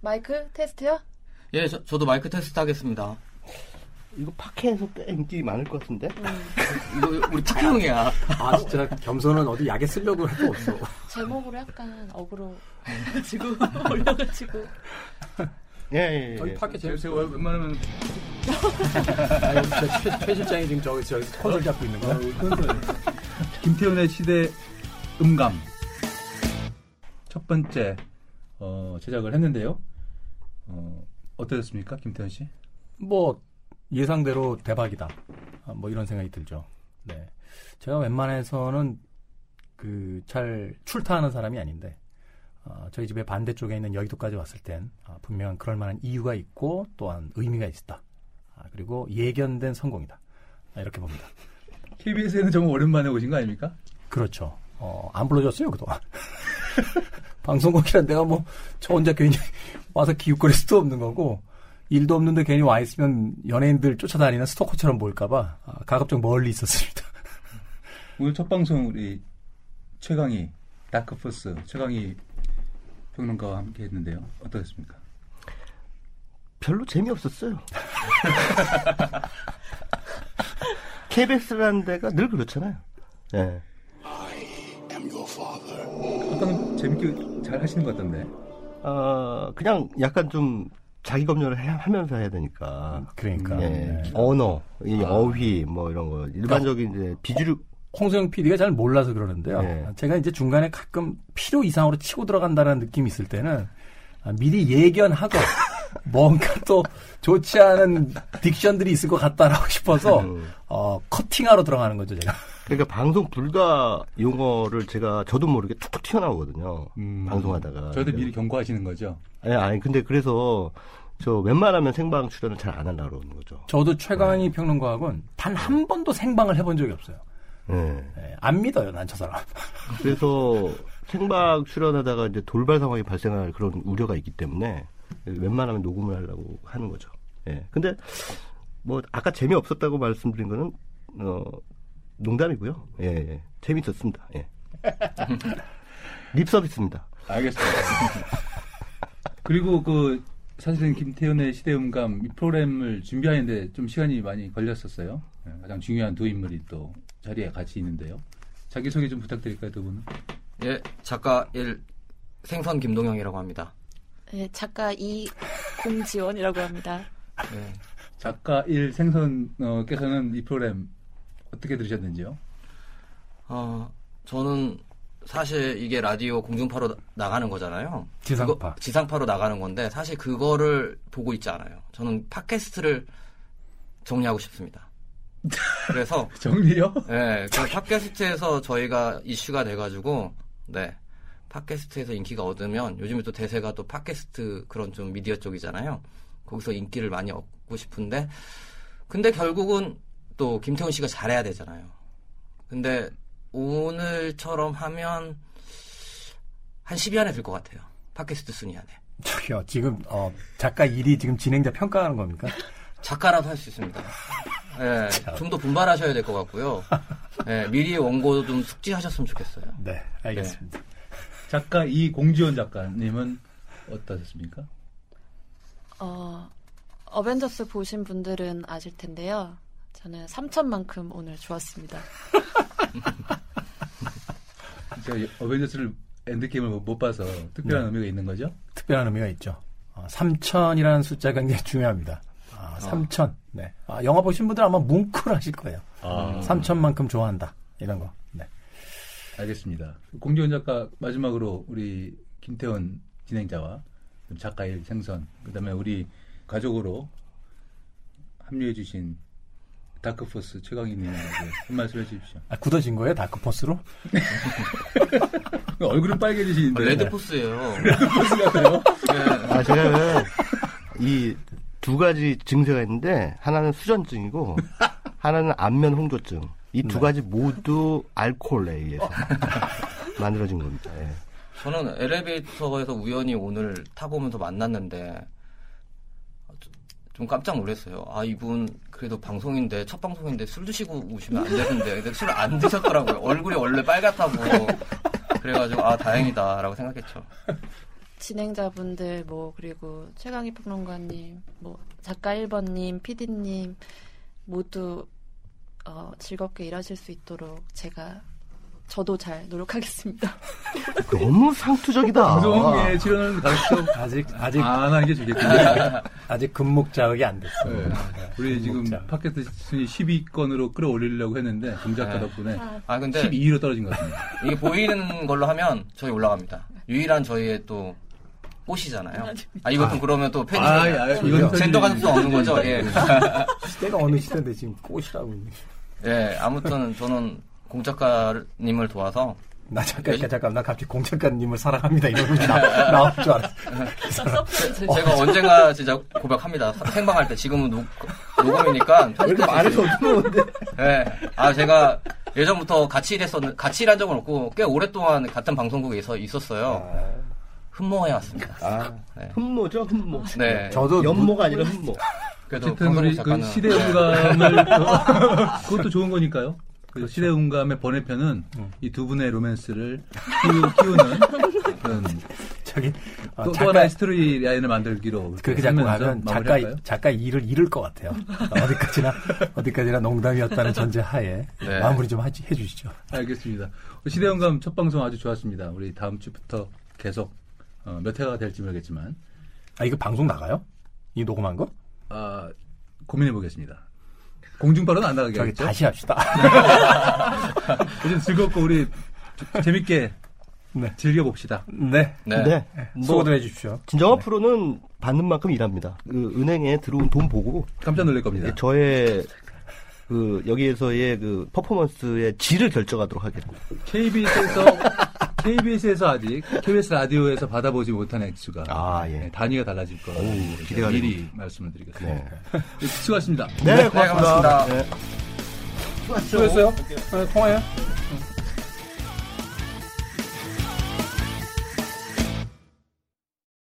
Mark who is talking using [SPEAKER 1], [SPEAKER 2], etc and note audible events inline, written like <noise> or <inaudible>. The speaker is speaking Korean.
[SPEAKER 1] 마이크 테스트요?
[SPEAKER 2] 예, 저, 저도 마이크 테스트 하겠습니다.
[SPEAKER 3] 이거 파케에서 꽤 인기 많을 것 같은데?
[SPEAKER 2] 이거 우리 탁형이야.
[SPEAKER 4] 아 진짜 겸손은 어디 약에 쓰려고 할 거 없어.
[SPEAKER 1] 제목으로 약간 어그로 <laughs> 가지고 올려가지고
[SPEAKER 3] 예, 예,
[SPEAKER 4] 저희
[SPEAKER 3] 예.
[SPEAKER 4] 파켓 제일
[SPEAKER 5] 제가, 제가 웬만하면
[SPEAKER 4] 아니, 진짜 최, 최 실장이 지금 저기 저기서 컨을 잡고 있는 거야.
[SPEAKER 5] 김태훈의 시대 음감 첫 번째 어, 제작을 했는데요. 어, 어떠셨습니까, 김태훈 씨?
[SPEAKER 4] 뭐 예상대로 대박이다. 아, 뭐 이런 생각이 들죠. 네. 제가 웬만해서는 그 잘 출타하는 사람이 아닌데 아, 저희 집의 반대쪽에 있는 여의도까지 왔을 땐 아, 분명 그럴 만한 이유가 있고 또한 의미가 있다. 아, 그리고 예견된 성공이다. 아, 이렇게 봅니다.
[SPEAKER 5] KBS에는 정말 오랜만에 오신 거 아닙니까?
[SPEAKER 4] 그렇죠. 어, 안 불러줬어요, 그동안. 방송국이란 내가 뭐, 저 혼자 괜히 <laughs> 와서 기웃거릴 수도 없는 거고, 일도 없는데 괜히 와 있으면 연예인들 쫓아다니는 스토커처럼 보일까봐, 아, 가급적 멀리 있었습니다. <laughs>
[SPEAKER 5] 오늘 첫 방송 우리 최강희 다크포스 최강희 평론가와 함께 했는데요. 어떠셨습니까?
[SPEAKER 3] 별로 재미없었어요. <laughs> KBS라는 데가 늘 그렇잖아요. 예.
[SPEAKER 5] 아까는 재밌게 잘 하시는 것 같던데.
[SPEAKER 3] 어, 그냥 약간 좀 자기 검열을 해- 하면서 해야 되니까.
[SPEAKER 4] 그러니까.
[SPEAKER 3] 예.
[SPEAKER 4] 네.
[SPEAKER 3] 언어, 이
[SPEAKER 5] 아.
[SPEAKER 3] 어휘, 뭐 이런 거. 일반적인 이제 비주류,
[SPEAKER 4] 홍소영 PD가 잘 몰라서 그러는데요. 아,
[SPEAKER 3] 네.
[SPEAKER 4] 제가 이제 중간에 가끔 필요 이상으로 치고 들어간다는 느낌이 있을 때는, 아, 미리 예견하고, 뭔가 또 좋지 않은 딕션들이 있을 것 같다라고 싶어서, 어, 커팅하러 들어가는 거죠, 제가.
[SPEAKER 3] 그러니까 방송 불가 용어를 제가 저도 모르게 툭툭 튀어나오거든요.
[SPEAKER 5] 음.
[SPEAKER 3] 방송하다가. 예,
[SPEAKER 5] 저희도 미리 경고하시는 거죠.
[SPEAKER 3] 아니, 아니, 근데 그래서 저 웬만하면 생방 출연을 잘 안 하려고 그러는 거죠.
[SPEAKER 4] 저도 최강희 평론가하고는 단 한 번도 생방을 해본 적이 없어요.
[SPEAKER 3] 예.
[SPEAKER 4] 예, 안 믿어요, 난 저 사람.
[SPEAKER 3] 그래서 생방 출연하다가 이제 돌발 상황이 발생할 그런 우려가 있기 때문에 웬만하면 녹음을 하려고 하는 거죠. 예. 근데 뭐 아까 재미없었다고 말씀드린 거는 어 농담이고요. 예. 예. 재미있었습니다. 예. 립 서비스입니다.
[SPEAKER 5] 알겠습니다. <laughs> 그리고 그 사실은 김태현의 시대음감 이 프로그램을 준비하는데 좀 시간이 많이 걸렸었어요. 예, 가장 중요한 두 인물이 또 자리에 같이 있는데요. 자기 소개 좀 부탁드릴까요, 두 분은?
[SPEAKER 2] 예, 작가 1 생선 김동영이라고 합니다.
[SPEAKER 1] 네, 작가 이공지원이라고 합니다.
[SPEAKER 2] 예.
[SPEAKER 5] 작가 1 생선께서는 이 프로그램 어떻게 들으셨는지요? <laughs>
[SPEAKER 2] 어, 저는 사실 이게 라디오 공중파로 나- 나가는 거잖아요.
[SPEAKER 4] 지상파.
[SPEAKER 2] 그거- 지상파로 나가는 건데 사실 그거를 보고 있지 않아요. 저는 팟캐스트를 정리하고 싶습니다. 그래서
[SPEAKER 5] 정리요?
[SPEAKER 2] 예, 그 팟캐스트에서 저희가 이슈가 돼가지고 네 팟캐스트에서 인기가 얻으면 요즘에 또 대세가 또 팟캐스트 그런 좀 미디어 쪽이잖아요. 거기서 인기를 많이 얻고 싶은데 근데 결국은 또 김태훈 씨가 잘해야 되잖아요. 근데 오늘처럼 하면 한 10위 안에 들 것 같아요. 팟캐스트 순위 안에
[SPEAKER 4] 저기요, 지금, 어, 작가 일이 지금 진행자 평가하는 겁니까?
[SPEAKER 2] 작가라도 할 수 있습니다. 예, 좀 더 분발하셔야 될 것 같고요. 예, 미리 원고 좀 숙지하셨으면 좋겠어요.
[SPEAKER 4] 네, 알겠습니다.
[SPEAKER 5] 작가 이 공지원 작가님은 어떠셨습니까?
[SPEAKER 1] 어, 어벤져스 보신 분들은 아실 텐데요. 저는 3천만큼 오늘 좋았습니다.
[SPEAKER 5] 제가 어벤져스를 엔드게임을 못 봐서 특별한 의미가 있는 거죠?
[SPEAKER 4] 특별한 의미가 있죠. 어, 3천이라는 숫자가 굉장히 중요합니다. 아, 3천. 네. 아, 영화 보신 분들은 아마 뭉클 하실 거예요.
[SPEAKER 5] 아.
[SPEAKER 4] 3천만큼 좋아한다. 이런 거. 네.
[SPEAKER 5] 알겠습니다. 공지원 작가 마지막으로 우리 김태원 진행자와 좀 작가 일 생선 그다음에 우리 가족으로 합류해 주신 다크포스 최강희님에게 한 말씀 해주십시오.
[SPEAKER 4] 아, 굳어진 거예요? 다크포스로?
[SPEAKER 5] 얼굴은 빨개지시는데
[SPEAKER 2] 아, 레드포스예요.
[SPEAKER 5] 포스 같아요.
[SPEAKER 3] 아 제가 이 두 가지 증세가 있는데 하나는 수전증이고 하나는 안면 홍조증. 이 두 가지 모두 알코올에 의해서 만들어진 겁니다. 예.
[SPEAKER 2] 저는 엘리베이터에서 우연히 오늘 타보면서 만났는데 좀 깜짝 놀랐어요. 아 이분 그래도 방송인데 첫 방송인데 술 드시고 오시면 안 되는데 근데 술 안 드셨더라고요. 얼굴이 원래 빨갛다고 그래가지고 아 다행이다라고 생각했죠.
[SPEAKER 1] 진행자분들 뭐 그리고 최강희 평론가님, 뭐 작가 1번님, PD님 모두 어, 즐겁게 일하실 수 있도록 제가 저도 잘 노력하겠습니다.
[SPEAKER 3] 너무 상투적이다.
[SPEAKER 5] 방송
[SPEAKER 2] 아.
[SPEAKER 5] 에 출연하는 가르쳐
[SPEAKER 4] 아직 아직
[SPEAKER 5] 안 하는
[SPEAKER 2] 네.
[SPEAKER 5] 게 좋겠군요.
[SPEAKER 4] 아직 근목 자극이 안 됐어요.
[SPEAKER 5] 네.
[SPEAKER 4] 네,
[SPEAKER 5] 우리 지금
[SPEAKER 4] 근목 자극.
[SPEAKER 5] 팟캐스트 순위 10위권으로 끌어올리려고 했는데 금작가
[SPEAKER 2] 네.
[SPEAKER 5] 덕분에
[SPEAKER 2] 아 근데
[SPEAKER 5] 12위로 떨어진 것 같습니다.
[SPEAKER 2] 이게 보이는 걸로 하면 저희 올라갑니다. 유일한 저희의 또 꽃이잖아요. 아 이것도 그러면 또 팬이
[SPEAKER 5] 아, 야, 이건
[SPEAKER 2] 젠더 가능성 없는 거죠. 예.
[SPEAKER 4] 시대가 어느 시대인데 지금 꽃이라고 있는.
[SPEAKER 2] 예. 아무튼 저는 공 작가님을 도와서
[SPEAKER 4] 나 잠깐 잠깐 잠깐 나 갑자기 공 작가님을 사랑합니다 이러고 나, 나올 줄 알았어.
[SPEAKER 2] 제가 언젠가 진짜 고백합니다. 생방할 때 지금은 녹, 녹음이니까
[SPEAKER 3] 왜 이렇게 말해서 어떤 건데?
[SPEAKER 2] 예. 아, 제가 예전부터 같이 일했었는, 같이 일한 적은 없고, 꽤 오랫동안 같은 방송국에서 있었어요. 흠모해왔습니다. 네.
[SPEAKER 3] 아, 흠모죠, 흠모.
[SPEAKER 2] 네.
[SPEAKER 4] 저도
[SPEAKER 3] 연모가 아니라 흠모.
[SPEAKER 2] 그래도
[SPEAKER 5] 어쨌든
[SPEAKER 2] 방송국
[SPEAKER 5] 우리 그
[SPEAKER 2] 작가는. 네.
[SPEAKER 5] 시대
[SPEAKER 4] 네.
[SPEAKER 5] 음감을
[SPEAKER 4] <laughs>
[SPEAKER 5] 그것도 좋은 거니까요. 그
[SPEAKER 4] 그렇죠.
[SPEAKER 5] 시대 음감의 번외편은 이 두 분의 로맨스를 키우, 키우는 그런
[SPEAKER 4] 저기 어,
[SPEAKER 5] 또, 또
[SPEAKER 4] 작가
[SPEAKER 5] 하나의 스토리 라인을 만들기로
[SPEAKER 4] 그렇게 자꾸
[SPEAKER 5] 하면서
[SPEAKER 4] 하면 작가
[SPEAKER 5] 마무리할까요?
[SPEAKER 4] 작가 일을 잃을 것 같아요. <laughs> 어디까지나 어디까지나 농담이었다는 전제하에
[SPEAKER 2] 네.
[SPEAKER 4] 마무리 좀 하지- 해주시죠.
[SPEAKER 5] 알겠습니다. 시대 영감 첫 방송 아주 좋았습니다. 우리 다음 주부터 계속 어, 몇 회가 될지 모르겠지만
[SPEAKER 4] 아 이거 방송 나가요? 이 녹음한 거?
[SPEAKER 5] 아, 고민해 보겠습니다. 공중파로는 안
[SPEAKER 4] 저기
[SPEAKER 5] 나가겠죠.
[SPEAKER 4] 다시 <laughs> 합시다.
[SPEAKER 5] 어쨌든 즐겁고 우리 저- 재밌게
[SPEAKER 4] 네.
[SPEAKER 5] 즐겨 봅시다.
[SPEAKER 4] 네.
[SPEAKER 2] 네.
[SPEAKER 4] 수고들 해주십시오.
[SPEAKER 3] 뭐, 진정한 프로는 받는 만큼 일합니다. 그 은행에 들어온 돈 보고
[SPEAKER 5] 깜짝 놀랄 겁니다.
[SPEAKER 3] 저의 그 여기에서의 그 퍼포먼스의 질을 결정하도록 하겠습니다. <laughs>
[SPEAKER 5] KBS에서 KBS에서 아직 KBS 라디오에서 받아보지 못한 액수가
[SPEAKER 3] 아, 예.
[SPEAKER 5] 네, 단위가 달라질 거라고
[SPEAKER 3] 기대가
[SPEAKER 5] 미리 말씀을 드리겠습니다. 수고하셨습니다.
[SPEAKER 3] 네, 고맙습니다.
[SPEAKER 2] 고맙습니다.
[SPEAKER 3] 네.
[SPEAKER 5] 수고했어요. 네, 통화요.